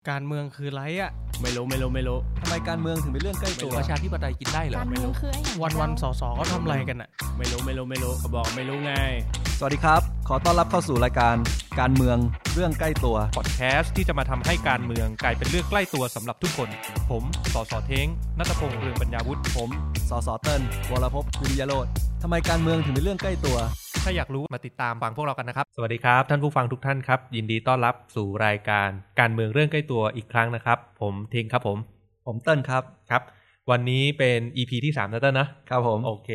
การเมืองคือไรอะ ไม่รู้ไม่รู้ไม่รู้ ทำไมการเมืองถึงเป็นเรื่องใกล้ตัว ไม่รู้ ประชาธิปไตยกินได้เหรอ การเมืองคือไอ้อย่าง วันวันๆสอสอเขาทำอะไรกันอะ ไม่รู้ไม่รู้ไม่รู้เขาบอกไม่รู้ไง สวัสดีครับ ขอต้อนรับเข้าสู่รายการการเมืองเรื่องใกล้ตัว พอดแคสต์ที่จะมาทำให้การเมืองกลายเป็นเรื่องใกล้ตัวสำหรับทุกคน ผมสอสอเท้งนัตพงษ์เรืองปัญญาวุฒิ ผมสสเติ้ลวรพพกุริยโรธทำไมการเมืองถึงเป็นเรื่องใกล้ตัว ถ้าอยากรู้มาติดตามฟังพวกเรากันนะครับ สวัสดีครับท่านผู้ฟังทุกท่านครับ ยินดีต้อนรับสู่รายการการเมืองเรื่องใกล้ตัวอีกครั้งนะครับ ผมเท้งครับผม ผมเติ้ลครับ ครับ วันนี้เป็น EP ที่3นะเต้นนะครับ ผม โอเค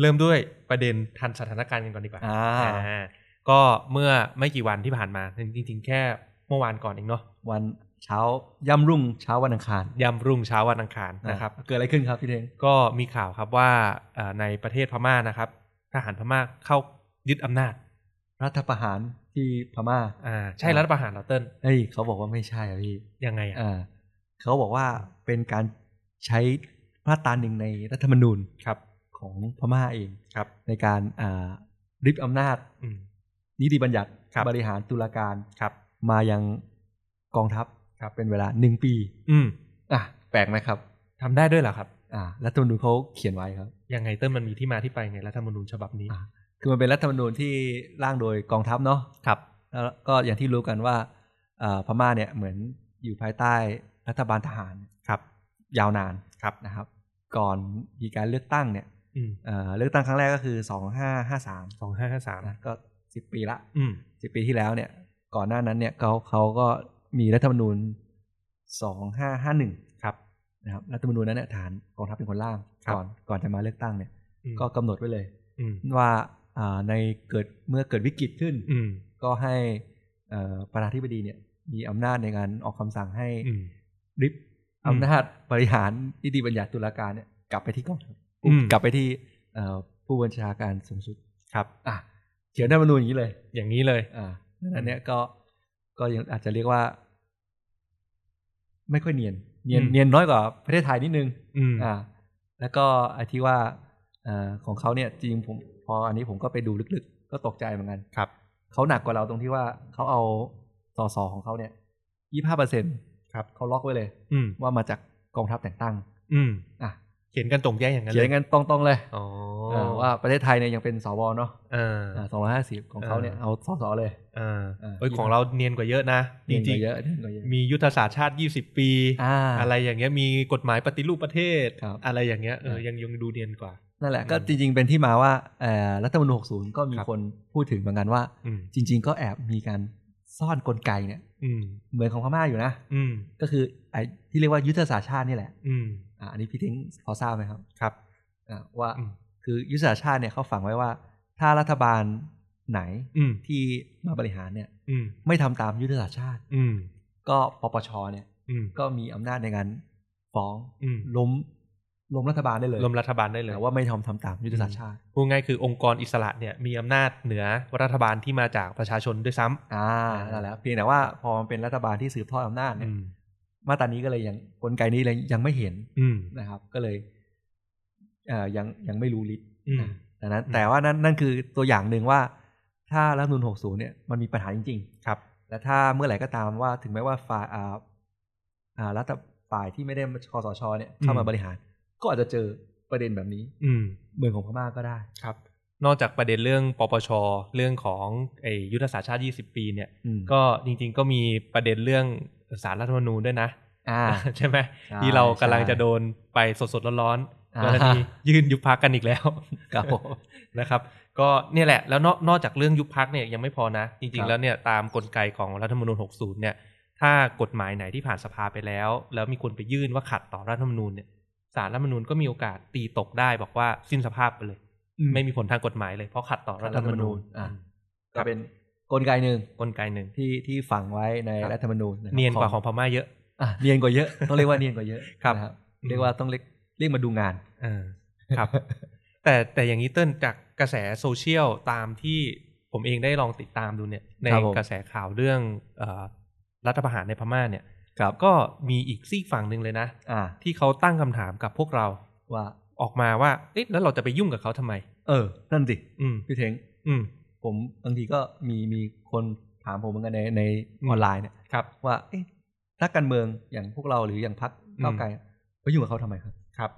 เริ่มด้วยประเด็นทันสถานการณ์กันก่อนดีกว่า อ่า อ่าก็เมื่อไม่กี่วันที่ผ่านมาจริงๆ แค่เมื่อวานก่อนเองเนาะ วันเช้าย่ำรุ่งเช้าวันอังคาร ยามรุ่งเช้าวันอังคารนะครับ เกิดอะไรขึ้นครับพี่เทง ก็มีข่าวครับว่าเอ่อในประเทศพม่านะครับ ทหารพม่าเข้ายึดอำนาจ รัฐประหารที่พม่า อ่าใช่รัฐประหารเหราเติ้ล เฮ้ยเขาบอกว่าไม่ใช่อะพี่ ยังไงอ่ะ อ่าเขาบอกว่าเป็นการใช้มาตราหนึ่งในรัฐธรรมนูญ ครับ ของพม่าเอง ครับ ในการอ่าริบอำนาจ อืม นิติบัญญัติ ครับ ริหารตุลาการ ครับ มายังกองทัพ ครับ เป็นเวลาหนึ่งปี อืม อ่ะแปลกไหมครับ ทำได้ด้วยเหรอครับ อ่ารัฐธรรมนูญเขาเขียนไว้ครับ ยังไงเติ้ลมันมีที่มาที่ไปไงรัฐธรรมนูญฉบับนี้ อ่ะ คือมันเป็นรัฐธรรมนูญที่ร่างโดยกองทัพเนาะ ครับ แล้วก็อย่างที่รู้กันว่าอ่าพม่าเนี่ยเหมือนอยู่ภายใต้รัฐบาลทหาร ครับ ยาวนาน ครับ นะครับ ก่อนมีการเลือกตั้งเนี่ย อืม เอ่อเลือกตั้งครั้งแรกก็คือ 2553 สองห้าห้าสาม นะก็ 10 ปีละ อืม 10 ปีที่แล้วเนี่ย ก่อนหน้านั้นเนี่ยเขาเขาก็มีรัฐธรรมนูญ 2551 ครับ นะครับ รัฐธรรมนูญนั้นเนี่ยฐานกองทัพเป็นคนร่าง ครับ ก่อนก่อนจะมาเลือกตั้งเนี่ย อืม ก็กำหนดไว้เลย อืม ว่าอ่าในเกิดเมื่อเกิดวิกฤตขึ้น อืม ก็ให้เอ่อประธานาธิบดีเนี่ยมีอำนาจในการออกคำสั่งให้ อืม ริบ อืม อำนาจบริหารนิติบัญญัติตุลาการเนี่ยกลับไปที่กองทัพ อืม กลับไปที่เอ่อผู้บัญชาการสูงสุด ครับ อ่ะเขียนรัฐธรรมนูญอย่างนี้เลย อย่างนี้เลย อ่าอันเนี้ยก็ก็ยังอาจจะเรียกว่า ไม่ค่อยเนียน เนียน อืม เนียนน้อยกว่าประเทศไทยนิดนึง อืม อ่า แล้วก็ไอ้ที่ว่าเอ่อของเขาเนี่ยจริงผม พออันนี้ผมก็ไปดูลึกๆ ก็ตกใจเหมือนกัน ครับ เขาหนักกว่าเราตรงที่ว่าเขาเอาสสของเขาเนี่ยยี่ห้าเปอร์เซ็นต์ครับเขาล็อกไว้เลย อืม ว่ามาจากกองทัพแต่งตั้ง อืม อ่ะ เขียนกันตรงแยกอย่างนั้น เขียนกันตรงๆเลย อ๋อ เออว่าประเทศไทยเนี่ยยังเป็นสวเนาะ เออ สองร้อยห้าสิบของเขาเนี่ย อ่า เอาสอสอเลย เออ เออ เอ้ยของเราเนียนกว่าเยอะนะจ เงิน ริง ก็ ๆ เยอะเงินก็เยอะ มียุทธศาสตร์ชาติ 20 ปี อ่า อะไรอย่างเงี้ย มีกฎหมายปฏิรูปประเทศ ครับ อะไรอย่างเงี้ย เออ ครับ ยังยังดูเนียนกว่า นั่นแหละ อืม ก็จริง ๆ เป็นที่มาว่าเอ่อรัฐธรรมนูญ60 ก็มี ครับ คนพูดถึงเหมือนกันว่า อืม จริง ๆ ก็แอบมีการซ่อนกลไกเนี่ย อืม เหมือนของพม่าอยู่นะ อืม ก็คือไอ้ที่เรียกว่ายุทธศาสตร์ชาตินี่แหละ อืม อ่ะอันนี้พี่ทิ้งพอทราบไหมครับ ครับ อ่ะว่า อืม คือยุทธศาสตร์ชาติเนี่ยเขาฝังไว้ว่า ถ้ารัฐบาลไหน อืม ที่มาบริหารเนี่ย อืม ไม่ทำตามยุทธศาสตร์ชาติ อืม ก็ปปชเนี่ย อืม ก็มีอำนาจในการฟ้อง อืม ล้มล้มรัฐบาลได้เลย ลมรัฐบาลได้เลย แต่ว่าไม่ทำทำตามยุทธศาสตร์ชาติ พูดง่ายคือองค์กรอิสระเนี่ย มีอำนาจเหนือรัฐบาลที่มาจากประชาชนด้วยซ้ำ อ่านั่นแหละเพียงแต่ว่าพอมันเป็นรัฐบาลที่สืบทอดอำนาจเนี่ อื ย ม มาตรานี้ก็เลยยังกลไกนี้เลยยังไม่เห็น อืม นะครับ ก็เลยเอ่อยังยังไม่รู้ลิ์ อืม ดังนั้น อืม แต่ว่านั่นนั่นคือตัวอย่างหนึ่งว่า ถ้ารัฐธรรมนูล60 เนี่ยมันมีปัญหาจริง ครับ ๆ และถ้าเมื่อไหร่ก็ตามว่าถึงแม้ว่าฝ่ายอ่าอ่ารัฐฝ่ายที่ไม่ได้คอสชเนี่ยเข้ามา อืม บริหาร ก็อาจจะเจอประเด็นแบบนี้ อืม เหมือนของพม่าก็ได้ ครับ นอกจากประเด็นเรื่องปปช เรื่องของไอยุทธศาสตร์ชาติ 20 ปีเนี่ย อืม ก็จริง ๆ ก็มีประเด็นเรื่องสารรัฐธรรมนูญด้วยนะ อ่า ใช่ไหม ใช่ ที่เรากำลังจะโดนไปสดๆร้ อน อ่า ๆกรณียื่นยุบพักกันอีกแล้ว ครับผม นะครับ ก็เนี่ยแหละแล้วนอกนอกจากเรื่องยุบพักเนี่ยยังไม่พอนะ จ ค ริงรับ ๆ แล้วเนี่ยตามกลไกของรัฐธรรมนูญ 60 เนี่ย ถ้ากฎหมายไหนที่ผ่านสภาไปแล้ว แล้วมีคนไปยื่นว่าขัดต่อรัฐธรรมนูญเนี่ยศาลรัฐธรรมนูญก็มีโอกาสตีตกได้บอกว่าสิ้นสภาพไปเลย ไม่มีผลทางกฎหมายเลยเพราะขัดต่อรัฐธรรมนูญ อ่ะ อืม ก็เป็นกลไกหนึ่ง กลไกหนึ่ง ที่ที่ฝังไว้ใน ครับ รัฐธรรมนูญะครับ เนียนกว่าของพม่าเยอะ อ่ะเนียนกว่าเยอะ ต้องเรียกว่าเนียนกว่าเยอะ ครับ นะ อืม เรียกว่าต้องเรียกเรียกมาดูงาน เออครับ แต่แต่อย่างนี้เติ้ลจากกระแสโซเชียลตามที่ผมเองได้ลองติดตามดูเนี่ย ใน ครับผม กระแสข่าวเรื่องเอ่อรัฐประหารในพม่าเนี่ย ครับ ก็มีอีกซีกฝั่งหนึ่งเลยนะ อ่ะ ที่เขาตั้งคำถามกับพวกเรา ว่า ออกมาว่า เอ๊ะแล้วเราจะไปยุ่งกับเขาทำไม เออ นั่นสิ อืม พี่เทง อืม ผมบางทีก็มีมีคนถามผมเหมือนกันในใน อืม ออนไลน์เนี่ย ครับ ว่าเอ๊ะ นักการเมืองอย่างพวกเราหรืออย่างพรรคก้าวไกลอะไปยุ่งกับเขาทำไมครับ ครับ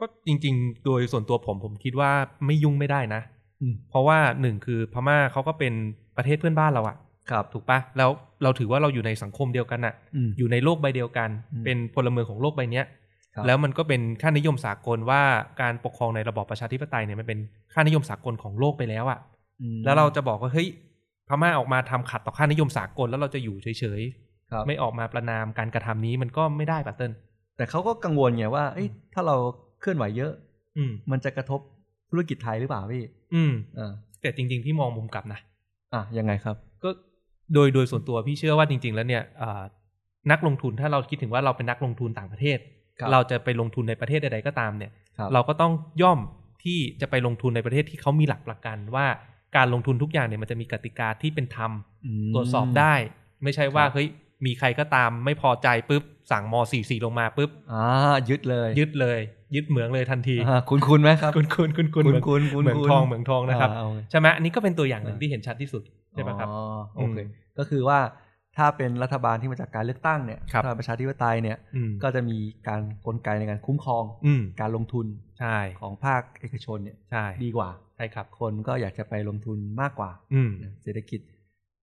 ก็จริงๆ โดยส่วนตัวผมผมคิดว่าไม่ยุ่งไม่ได้นะ อืม เพราะว่าหนึ่งคือพม่าเขาก็เป็นประเทศเพื่อนบ้านเราอะ ครับ ถูกปะแล้วเราถือว่าเราอยู่ในสังคมเดียวกันอะ อืม อยู่ในโลกใบเดียวกัน อืม เป็นพลเมืองของโลกใบเนี้ย ครับ แล้วมันก็เป็นค่านิยมสากลว่าการปกครองในระบอบประชาธิปไตยเนี่ยมันเป็นค่านิยมสากลของโลกไปแล้วอะ อืม แล้วเราจะบอกว่าเฮ้ยพม่าออกมาทำขัดต่อค่านิยมสากลแล้วเราจะอยู่เฉย ครับ ๆไม่ออกมาประนามการกระทำนี้มันก็ไม่ได้ปะเติ้ล แต่เขาก็กังวลไงว่าเอ้ยถ้าเราเคลื่อนไหวเยอะ อืม มันจะกระทบธุรกิจไทยหรือเปล่าพี่ อืม เออ แต่จริง ๆ พี่มองมุมกลับนะ อ่ะยังไงครับ ก็โดยโดยส่วนตัวพี่เชื่อว่าจริง ๆ แล้วเนี่ยเอ่อนักลงทุนถ้าเราคิดถึงว่าเราเป็นนักลงทุนต่างประเทศ ครับ เราจะไปลงทุนในประเทศใดๆก็ตามเนี่ย ครับ เราก็ต้องย่อมที่จะไปลงทุนในประเทศที่เขามีหลักประกัน ว่าการลงทุนทุกอย่างเนี่ยมันจะมีกติกาที่เป็นธรรม อืม ตรวจสอบได้ ไม่ใช่ว่า ครับ เฮ้ยมีใครก็ตามไม่พอใจปุ๊บสั่งม .44 ลงมาปุ๊บ อ่ายึดเลย ยึดเลย ยึดเหมืองเลยทันที อ่าคุณคุณไหมครับ คุณคุณคุณคุณ คุ เหมืณอง คุณคุณ เหมือง คุณ ทองเหมืองทองนะครับ อ่าโอเค ใช่ไหมอันนี้ก็เป็นตัวอย่างหนึ่ง อ่า ที่เห็นชัดที่สุดใช่ไหมครับ อ๋อโอเคก็คือว่าถ้าเป็นรัฐบาลที่มาจากการเลือกตั้งเนี่ย ครับ ถ้าประชาธิปไตยเนี่ย อืม ก็จะมีการกลไกในการคุ้มครอง อืม การลงทุน ใช่ ของภาคเอกชนเนี่ย ใช่ ดีกว่า ใช่ครับ คนก็อยากจะไปลงทุนมากกว่า อืม เศรษฐกิจ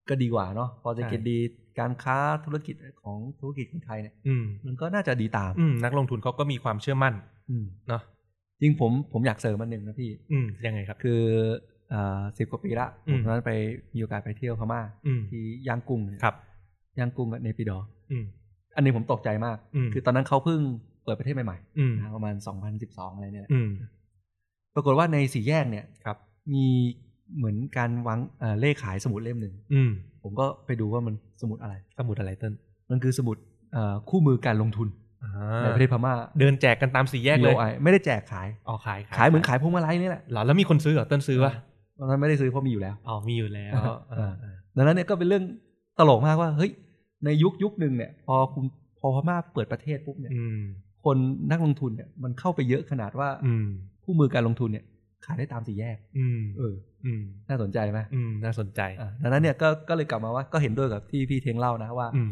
ก็ดีกว่าเนาะพอเศรษฐกิจ ใช่ ดีการค้าธุรกิจของธุรกิจของไทยเนี่ย อืม มันก็น่าจะดีตาม อืมนักลงทุนเขาก็มีความเชื่อมั่น อืม เนาะ จริงผมผมอยากเสริมมันหนึ่งนะพี่ อืมยังไงครับ คือสิบกว่าปีละ อื ผม ม ตอนนั้นไปมีโอกาสไปเที่ยวพม่า อืม ที่ยางกุ้งเนี่ย ครับ ยางกุ้งกับเนปิดอร์ อืม อันนี้ผมตกใจมาก อืม คือตอนนั้นเขาเพิ่งเปิดประเทศใหม่ อืม ๆนะประมาณ 2012 อะไรเนี่ยแหละ อืม ปรากฏว่าในสี่แยกเนี่ย ครับ มีเหมือนการวางเอ่อเลขขายสมุดเล่มหนึ่ง อืม ผมก็ไปดูว่ามันสมุดอะไร สมุดอะไรเต้น มันคือสมุดเอ่อคู่มือการลงทุน อ่า ในประเทศพม่า เดินแจกกันตามสี่แยกเลย BOI ไม่ได้แจกขาย อ๋อขาย ขายเหมือนขายพวงมาลัยนี่แหละ เหรอแล้วมีคนซื้อเหรอเต้นซื้อป่ะ ตอนนั้นไม่ได้ซื้อเพราะมีอยู่แล้ว อ๋อมีอยู่แล้ว อ่า ดังนั้นเนี่ยก็เป็นเรื่องตลกมากว่า เฮ้ย ในยุคยุคหนึ่งเนี่ย พอคุณพอพม่าเปิดประเทศปุ๊บเนี่ย อืม คนนักลงทุนเนี่ยมันเข้าไปเยอะขนาดว่า อืม คู่มือการลงทุนเนี่ยขายได้ตามสี่แยก อืม เออ อืม น่าสนใจไหม อืมน่าสนใจ อ่ะดังนั้นเนี่ยก็ก็เลยกลับมาว่าก็เห็นด้วยกับที่พี่เทงเล่านะว่า อืม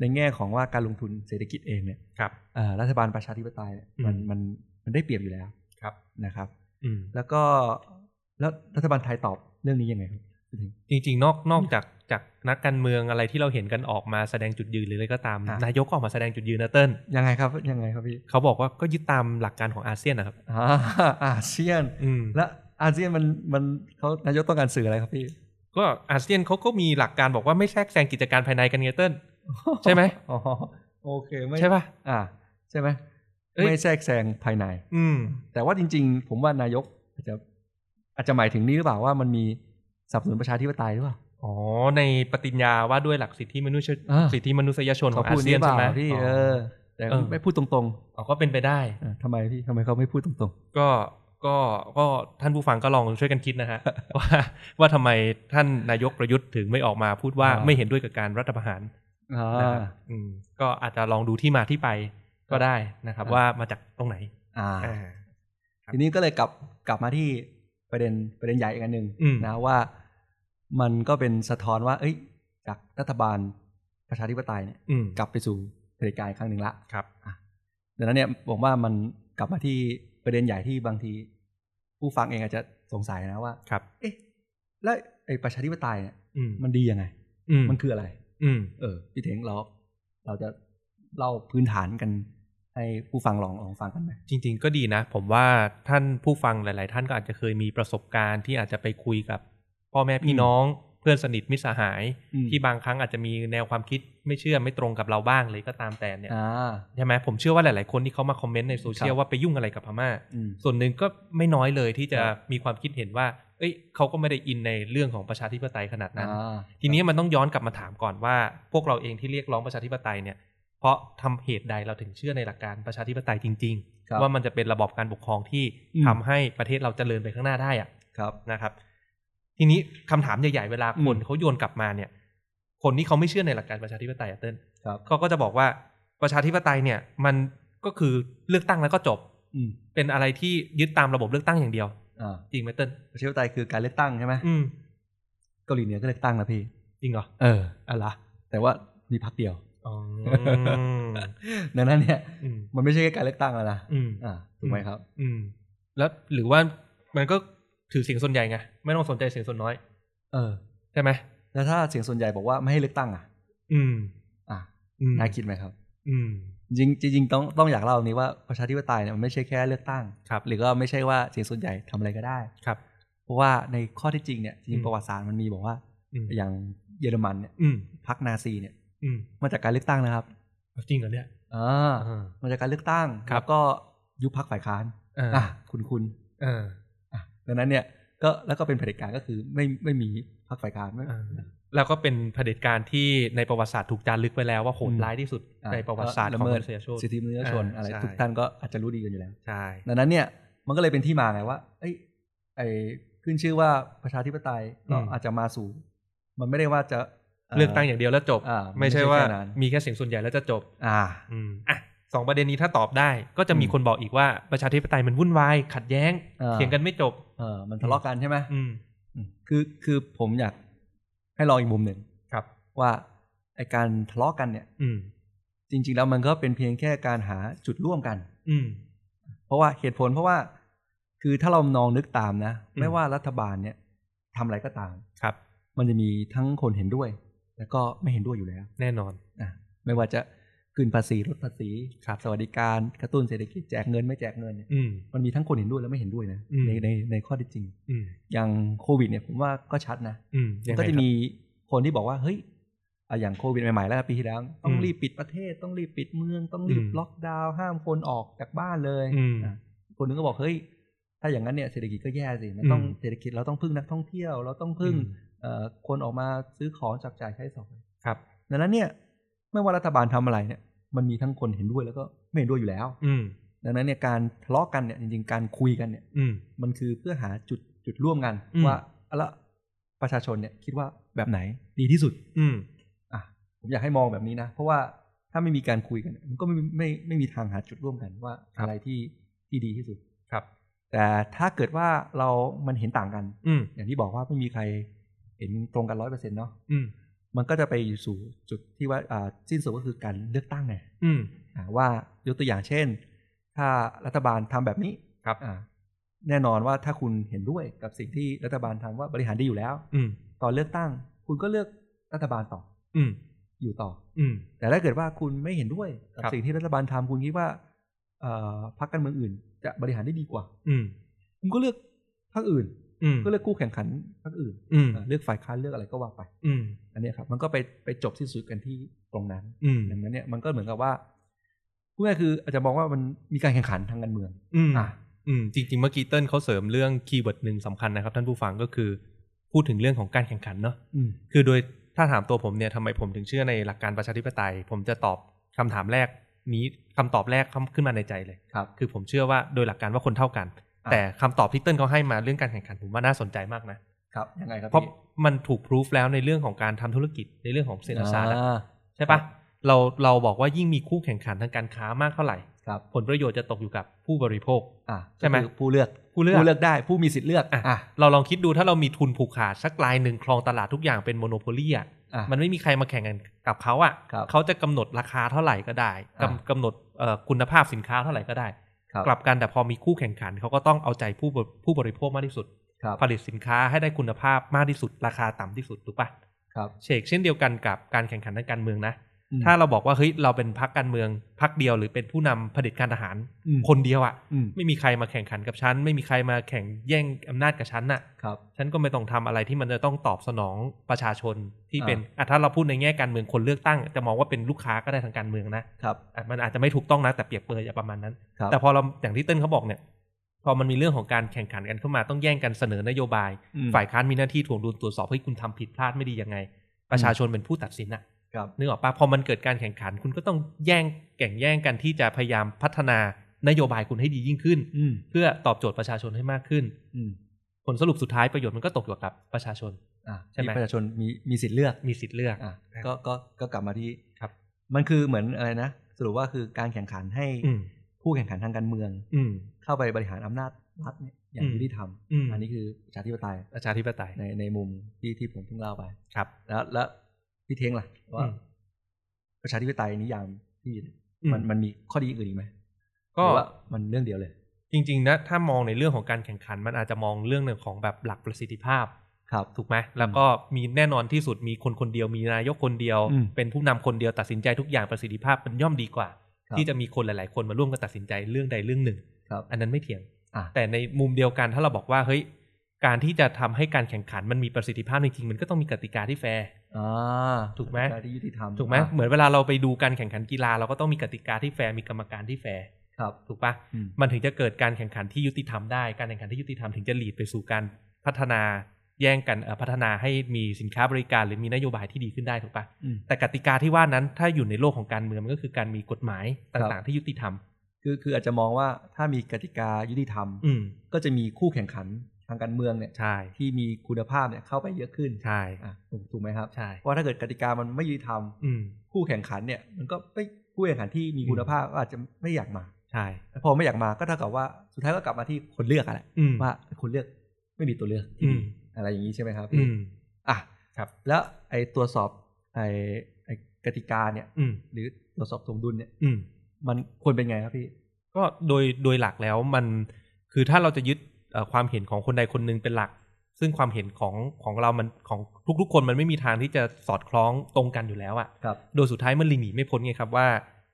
ในแง่ของว่าการลงทุนเศรษฐกิจเองเนี่ย ครับ เอ่อรัฐบาลประชาธิปไตยเนี่ยมัน อืม มันมันได้เปรียบอยู่แล้ว ครับ นะครับ อืม แล้วก็แล้วรัฐบาลไทยตอบเรื่องนี้ยังไงครับ จริงๆนอกนอกจากจากนักการเมืองอะไรที่เราเห็นกันออกมาแสดงจุดยืนหรืออะไรก็ตาม อ่ะ นายกก็ออกมาแสดงจุดยืนนะเติ้ล ยังไงครับยังไงครับพี่ เขาบอกว่าก็ยึดตามหลักการของอาเซียนนะครับ อ่า อาเซียน อืม และอาเซียนมันมันเขานายกต้องการสื่ออะไรครับพี่ ก็อาเซียนเขาก็มีหลักการบอกว่าไม่แทรกแซงกิจการภายในกันไงเติ้ล ใช่ไหม อ๋อโอเคไม่ ใช่ป่ะ อ่า ใช่ไหม เอ้ย ไม่แทรกแซงภายใน อืม แต่ว่าจริง ๆ ผมว่านายกอาจจะอาจจะหมายถึงนี้หรือเปล่าว่ามันมีสนับสนุนประชาธิปไตยหรือเปล่า อ๋อ ในปฏิญญาว่าด้วยหลักสิทธิมนุษย อ่า สิทธิมนุษยชนของอา พูด เซียน เป ใช่ ล่า ไหม พี่ อ๋อ เออ แต่ เออ ไม่พูดตรง อ๋อก็เป็นไปได้ ๆอ่ะทำไมพี่ทำไมเขาไม่พูดตรง ก็ก็ก็ท่านผู้ฟังก็ลองช่วยกันคิดนะ ฮะ ว่าว่าทำไมท่านนายกประยุทธ์ถึงไม่ออกมาพูดว่าไม่เห็นด้วยกับการรัฐประหาร ๆอ่า นะครับอืมก็อาจจะลองดูที่มาที่ไปก็ได้นะครับ อ่า ว่ามาจากตรงไหน อ่า อ่า ทีนี้ก็เลยกลับกลับมาที่ประเด็นประเด็นใหญ่อีกอันหนึ่ง อืม นะว่ามันก็เป็นสะท้อนว่า เอ้ย จากรัฐบาลประชาธิปไตยเนี่ย อืม กลับไปสู่เผด็จการอีกครั้งหนึ่งละ ครับ ดังนั้นเนี่ยผมว่ามันกลับมาที่ประเด็นใหญ่ที่บางที ผู้ฟังเองอาจจะสงสัยนะว่า ครับ เอ๊ะแล้วไอ้ประชาธิปไตยเนี่ย อืม มันดียังไง อืม มันคืออะไร อืม เออพี่เถงเราเราจะเล่าพื้นฐานกัน ให้ผู้ฟังลองลองฟังกันไหม จริง ๆ ก็ดีนะ ผมว่าท่านผู้ฟังหลาย ๆ ท่านก็อาจจะเคยมีประสบการณ์ที่อาจจะไปคุยกับ พ่อแม่พี่น้องเพื่อนสนิทมิตรสหาย อืม ที่บางครั้งอาจจะมีแนวความคิดไม่เชื่อไม่ตรงกับเราบ้างเลยก็ตามแต่เนี่ย อ่า ใช่ไหมผมเชื่อว่าหลาย ๆ คนที่เขามาคอมเมนต์ในโซเชียล ครับ ว่าไปยุ่งอะไรกับพม่า อืม ส่วนหนึ่งก็ไม่น้อยเลยที่จะ ครับ มีความคิดเห็นว่า เอ้ยเขาก็ไม่ได้อินในเรื่องของประชาธิปไตยขนาดนั้น อ่า ทีนี้มันต้องย้อนกลับมาถามก่อนว่า พวกเราเองที่เรียกร้องประชาธิปไตยเนี่ย เพราะทำเหตุใดเราถึงเชื่อในหลักการประชาธิปไตยจริง ครับ ๆ ว่ามันจะเป็นระบอบการปกครองที่ อืม ทำให้ประเทศเราเจริญไปข้างหน้าได้อะ ครับ นะครับ ทีนี้คำถามใหญ่ๆเวลาคน อืม เขาโยนกลับมาเนี่ย คนที่เขาไม่เชื่อในหลักการประชาธิปไตยอะเติ้ล ครับ เขาก็จะบอกว่าประชาธิปไตยเนี่ย มันก็คือเลือกตั้งแล้วก็จบ อืม เป็นอะไรที่ยึดตามระบบเลือกตั้งอย่างเดียว อ่า จริงไหมเติ้ล ประชาธิปไตยคือการเลือกตั้งใช่ไหม อืม เกาหลีเหนือก็เลือกตั้งนะพี่ จริงเหรอ เออ อะไรอ แต่ว่ามีพรรคเดียว อืม ดังนั้นเนี่ย อืม มันไม่ใช่แค่การเลือกตั้งแล้วนะ อืม อ่าถูกไหมครับ อืม แล้วหรือว่ามันก็ถือเสียงส่วนใหญ่ไงไม่ต้องสนใจเสียงส่วนน้อย เออ ใช่ไหม แล้วถ้าเสียงส่วนใหญ่บอกว่าไม่ให้เลือกตั้งอ่ะ อืม อ่ะ อืม น่าคิดไหมครับ อืม จริงจริงๆต้องต้องอยากเล่าอันนี้ว่าประชาธิปไตยเนี่ยมันไม่ใช่แค่เลือกตั้ง ครับ หรือก็ไม่ใช่ว่าเสียงส่วนใหญ่ทำอะไรก็ได้ ครับ เพราะว่าในข้อที่จริงเนี่ยจ อื ริง ม ๆประวัติศาสตร์มันมีบอกว่า อืม อย่างเยอรมันเนี่ย อืม พรรคนาซีเนี่ย อืม มาจากการเลือกตั้งนะครับ จริงเหรอเนี่ย อ่ามาจากการเลือกตั้ง ครับ แล้วก็ยุบพรรคฝ่ายค้าน เออ อ่ะคุณคุณ เออ อ่ะดังนั้นเนี่ยก็แล้วก็เป็นเผด็จการก็คือไม่ไม่มีพรรคฝ่ายค้านไม่ อ่าแล้วก็เป็นเผด็จการที่ในประวัติศาสตร์ถูกจารึกไว้แล้วว่าโหด อืม ร้ายที่สุด อ่ะ ในประวัติศาสตร์ขก็ละ อง เมิ ม ด นุษยชน สิทธิมนุษยชน อ่า อะไร ใช่ ทุกท่านก็อาจจะรู้ดีกันอยู่แล้ว ใช่ ดังนั้นเนี่ยมันก็เลยเป็นที่มาไงว่าเอ้ยไอขึ้นชื่อว่าประชาธิปไตยก็อาจจะมาสู่ มันไม่ได้ว่าจะ เลือกตั้งอย่างเดียวแล้วจบ อ่า ไม่ใช่ว่า ไม่ใช่แค่นั้น มีแค่เสียงส่วนใหญ่แล้วจะจบ อ่า อืมอ่ะสองประเด็นนี้ถ้าตอบได้ ก็จะมี อืม คนบอกอีกว่าประชาธิปไตยมันวุ่นวาย ขัดแย้ง อ่า เถียงกันไม่จบ เออมันทะเลาะกันใช่ไหม อืม อืมคือคือผมอยากให้ลองอีกมุมหนึ่ง ครับ ว่าไอการทะเลาะกันเนี่ย อืม จริง ๆ แล้วมันก็เป็นเพียงแค่การหาจุดร่วมกัน อืม เพราะว่าเหตุผลเพราะว่า คือถ้าเรานองนึกตามนะ อืม ไม่ว่ารัฐบาลเนี่ยทำอะไรก็ตาม ครับ มันจะมีทั้งคนเห็นด้วย แล้วก็ไม่เห็นด้วยอยู่แล้ว แน่นอน อ่ะไม่ว่าจะขึ้นภาษีลดภาษี ครับ สวัสดิการกระตุ้นเศรษฐกิจแจกเงินไม่แจกเงินเนี่ย อืม มันมีทั้งคนเห็นด้วยและไม่เห็นด้วยนะ อืม ในในในข้อที่จริง อืม อย่างโควิดเนี่ยผมว่าก็ชัดนะ อืม มันก็จะมีคนที่บอกว่าเฮ้ยอ่ะอย่างโควิดใหม่ๆแล้วปีที่แล้วต้องรีบปิดประเทศต้องรีบปิดเมืองต้องรีบล็อกดาวน์ห้ามคนออกจากบ้านเลย อืม อ่ะคนหนึงก็บอกเฮ้ยถ้าอย่างนั้นเนี่ยเศรษฐกิจก็แย่สิมันต้อง อืม เศรษฐกิจเราต้องพึ่งนักท่องเที่ยว เราต้องพึ่งเอ่อคนออกมาซื้อของจับจ่ายใช้สอย ครับ ดังนั้นเนี่ยไม่ว่ารัฐบาลทำอะไรเนี่ยมันมีทั้งคนเห็นด้วยแล้วก็ไม่เห็นด้วยอยู่แล้ว อืม ดังนั้นเนี่ยการทะเลาะกันเนี่ยจริงๆการคุยกันเนี่ย อืม มันคือเพื่อหาจุดจุดร่วมกัน อืม ว่าแล้วประชาชนเนี่ยคิดว่าแบบไหนดีที่สุด อืม อ่ะผมอยากให้มองแบบนี้นะ เพราะว่าถ้าไม่มีการคุยกันเนี่ยมันก็ไม่ไม่ไม่ไม่มีทางหาจุดร่วมกันว่าอะไรที่ที่ดีที่สุด ครับ แต่ถ้าเกิดว่าเรามันเห็นต่างกัน อืม อย่างที่บอกว่าไม่มีใครเห็นตรงกันร้อยเปอร์เซ็นต์เนาะ อืม มันก็จะไปอยู่สู่จุดที่ว่าอ่าสิ้นสุดก็คือการเลือกตั้งไง อืม อ่าว่ายกตัวอย่างเช่น ถ้ารัฐบาลทำแบบนี้ ครับ อ่าแน่นอนว่าถ้าคุณเห็นด้วยกับสิ่งที่รัฐบาลทำว่าบริหารดีอยู่แล้ว อืม ตอนเลือกตั้ง คุณก็เลือกรัฐบาลต่อ อืม อยู่ต่อ อืม แต่ถ้าเกิดว่าคุณไม่เห็นด้วยกับ ครับ สิ่งที่รัฐบาลทำคุณคิดว่าเอ่อพรรคการเมืองอื่น จะบริหารได้ดีกว่า อืม คุณก็เลือกพรรคอื่น อืม ก็เลือกคู่แข่งขันพรรคอื่น อืม อ่าเลือกฝ่ายค้านเลือกอะไรก็ว่าไป อืม อันเนี้ยครับมันก็ไปไปจบที่สุดกันที่ตรงนั้น อืม ดังนั้นเนี่ยมันก็เหมือนกับว่าพูดง่ายๆคืออาจจะมองว่ามันมีการแข่งขันทางการเมือง อืม อ่ะ อืม จริง ๆ เมื่อกี้เติ้ลเขาเสริมเรื่องคีย์เวิร์ดหนึ่งสำคัญนะครับ ท่านผู้ฟังก็คือ พูดถึงเรื่องของการแข่งขันเนาะ อืม คือโดยถ้าถามตัวผมเนี่ยทำไมผมถึงเชื่อในหลักการประชาธิปไตย ผมจะตอบคำถามแรกนี้คำตอบแรกขึ้นมาในใจเลย ครับ คือผมเชื่อว่าโดยหลักการว่าคนเท่ากัน อ่ะ แต่คำตอบที่เติ้ลเขาให้มาเรื่องการแข่งขันผมว่าน่าสนใจมากนะครับ ยังไงครับ เพราะมันถูกพิสูจแล้วในเรื่องของการทำธุรกิจในเรื่องของเศร พี่ ษฐศาสตร์อะ อ่ ใช่ปะเราเราบอกว่ายิ่งมีคู่แข่งขันทางการค้ามากเท่าไหร่ ครับ ผลประโยชน์จะตกอยู่กับผู้บริโภค อ่ะ ใช่ไหม ก็คือผู้เลือก ผู้เลือก ผู้เลือกได้ ผู้มีสิทธิ์เลือก อ่ะ อ่ะ เราลองคิดดูถ้าเรามีทุนผูกขาดสักรายหนึ่งครองตลาดทุกอย่างเป็นโมโนโพลีอ่ะ อ่ะ มันไม่มีใครมาแข่งกันกับเขาอ่ะ ครับ เขาจะกำหนดราคาเท่าไหร่ก็ได้ อ่า กำกำหนดเอ่อคุณภาพสินค้าเท่าไหร่ก็ได้ ครับ กลับกันแต่พอมีคู่แข่งขันเขาก็ต้องเอาใจผู้บผู้บริโภคมากที่สุด ครับ ผลิตสินค้าให้ได้คุณภาพมากที่สุด ราคาต่ำที่สุดถูกปะ ครับ เชกเช่นเดียวกันกับการแข่งขันทางการเมืองนะ อืม ถ้าเราบอกว่าเฮ้ยเราเป็นพรรคการเมืองพรรคเดียวหรือเป็นผู้นำเผด็จการทหาร อืม คนเดียวอ่ะ อืม ไม่มีใครมาแข่งขันกับฉันไม่มีใครมาแข่งแย่งอำนาจกับฉันน่ะ ครับ ฉันก็ไม่ต้องทำอะไรที่มันจะต้องตอบสนองประชาชนที่ อ่า เป็นอ่ะถ้าเราพูดในแง่การเมืองคนเลือกตั้ง จะมองว่าเป็นลูกค้าก็ได้ทางการเมืองนะครับ อ่ะมันอาจจะไม่ถูกต้องนะแต่เปรียบเปรยอย่างประมาณนั้น ครับ แต่พอเราอย่างที่เต้นเขาบอกเนี่ย พอมันมีเรื่องของการแข่งขันกันเข้ามาต้องแย่งกันเสนอนโยบาย อืม ฝ่ายค้านมีหน้าที่ถ่วงดุลตรวจสอบให้คุณทำผิดพลาดไม่ดียังไง ประชาชนเป็นผู้ตัดสินอะ ครับ นึกออกปะพอมันเกิดการแข่งขัน คุณก็ต้องแย่งแข่งแย่งกันที่จะพยายามพัฒนานโยบายคุณให้ดียิ่งขึ้น อืม เพื่อตอบโจทย์ประชาชนให้มากขึ้น อืม ผลสรุปสุดท้ายประโยชน์มันก็ตกอยู่กับประชาชน อ่ะ ใช่ไหม ที่ประชาชนมีมีสิทธิ์เลือก มีสิทธิ์เลือก อ่ะก็ก็ก็กลับมาที่ ครับ มันคือเหมือนอะไรนะสรุปว่าคือการแข่งขันให้ อืม ผู้แข่งขันทางการเมือง อืม เข้าไปบริหารอำนาจรัฐเนี่ยอย่าง อืม ยุติธรรม อืม อันนี้คือประชาธิปไตย ประชาธิปไตย ในในมุมที่ที่ผมเพิ่งเล่าไป ครับ แล้วแล้วพี่เท้งล่ะว่า อืม ประชาธิปไตยนิยามพี่เนี่ย อืม มันมันมีข้อดีอื่นอีกไหม ก็ หรือว่ามันเรื่องเดียวเลย จริงๆนะถ้ามองในเรื่องของการแข่งขัน มันอาจจะมองเรื่องหนึ่งของแบบหลักประสิทธิภาพ ครับ ถูกไหมแล้วก็มีแน่นอนที่สุดมีคนคนเดียวมีนายกคนเดียว อืม เป็นผู้นำคนเดียวตัดสินใจทุกอย่างประสิทธิภาพมันย่อมดีกว่า ครับ ที่จะมีคนหลาย ๆ คนมาร่วมกันตัดสินใจเรื่องใดเรื่องหนึ่ง ครับ อันนั้นไม่เถียง อ่ะ แต่ในมุมเดียวกันถ้าเราบอกว่าเฮ้ยการที่จะทำให้การแข่งขันมันมีประสิทธิภาพจริงๆมันก็ต้องมีกติกาที่แฟร์ อ่า ถูกไหม ประชาธิปไตยที่ยุติธรรม ถูกไหม อ่ะ เหมือนเวลาเราไปดูการแข่งขันกีฬาเราก็ต้องมีกติกาที่แฟร์มีกรรมการที่แฟร์ ครับ ถูกปะ อืม มันถึงจะเกิดการแข่งขันที่ยุติธรรมได้ การแข่งขันที่ยุติธรรมถึงจะหลีดไปสู่การพัฒนาแย่งกันเอ่อพัฒนาให้มีสินค้าบริการหรือมีนโยบายที่ดีขึ้นได้ถูกปะ อืม แต่กติกาที่ว่านั้นถ้าอยู่ในโลกของการเมืองมันก็คือการมีกฎหมายต่างๆที่ยุติธรรม คือคืออาจจะมองว่าถ้ามีกติกายุติธรรม อืม ก็จะมีคู่แข่งขันทางการเมืองเนี่ย ใช่ ที่มีคุณภาพเนี่ยเข้าไปเยอะขึ้น ใช่ อ่ะถูกถูกไหมครับ ใช่ เพราะว่าถ้าเกิดกติกามันไม่ยุติธรรม อืม คู่แข่งขันเนี่ยมันก็ไม่คู่แข่งขันที่มีคุณภาพก็อาจจะไม่อยากมา ใช่ พอไม่อยากมาก็เท่ากับว่าสุดท้ายก็กลับมาที่คนเลือกอะแหละ อืม ว่าคนเลือกไม่มีตัวเลือกที่ อื ดี ม อะไรอย่างนี้ใช่ไหมครับ อืม อ่ะ ครับ แล้วไอ้ตรวจสอบไอ้ไอ้กติกาเนี่ย อืม หรือตรวจสอบสมดุลเนี่ย อืม มันควรเป็นไงครับพี่ ก็โดยโดยหลักแล้วมันคือถ้าเราจะยึดเอ่อความเห็นของคนใดคนหนึ่งเป็นหลัก ซึ่งความเห็นของของเรามันของทุกๆ คนมันไม่มีทางที่จะสอดคล้องตรงกันอยู่แล้วอะ ครับ โดยสุดท้ายมันหลีหนีไม่พ้นไงครับว่า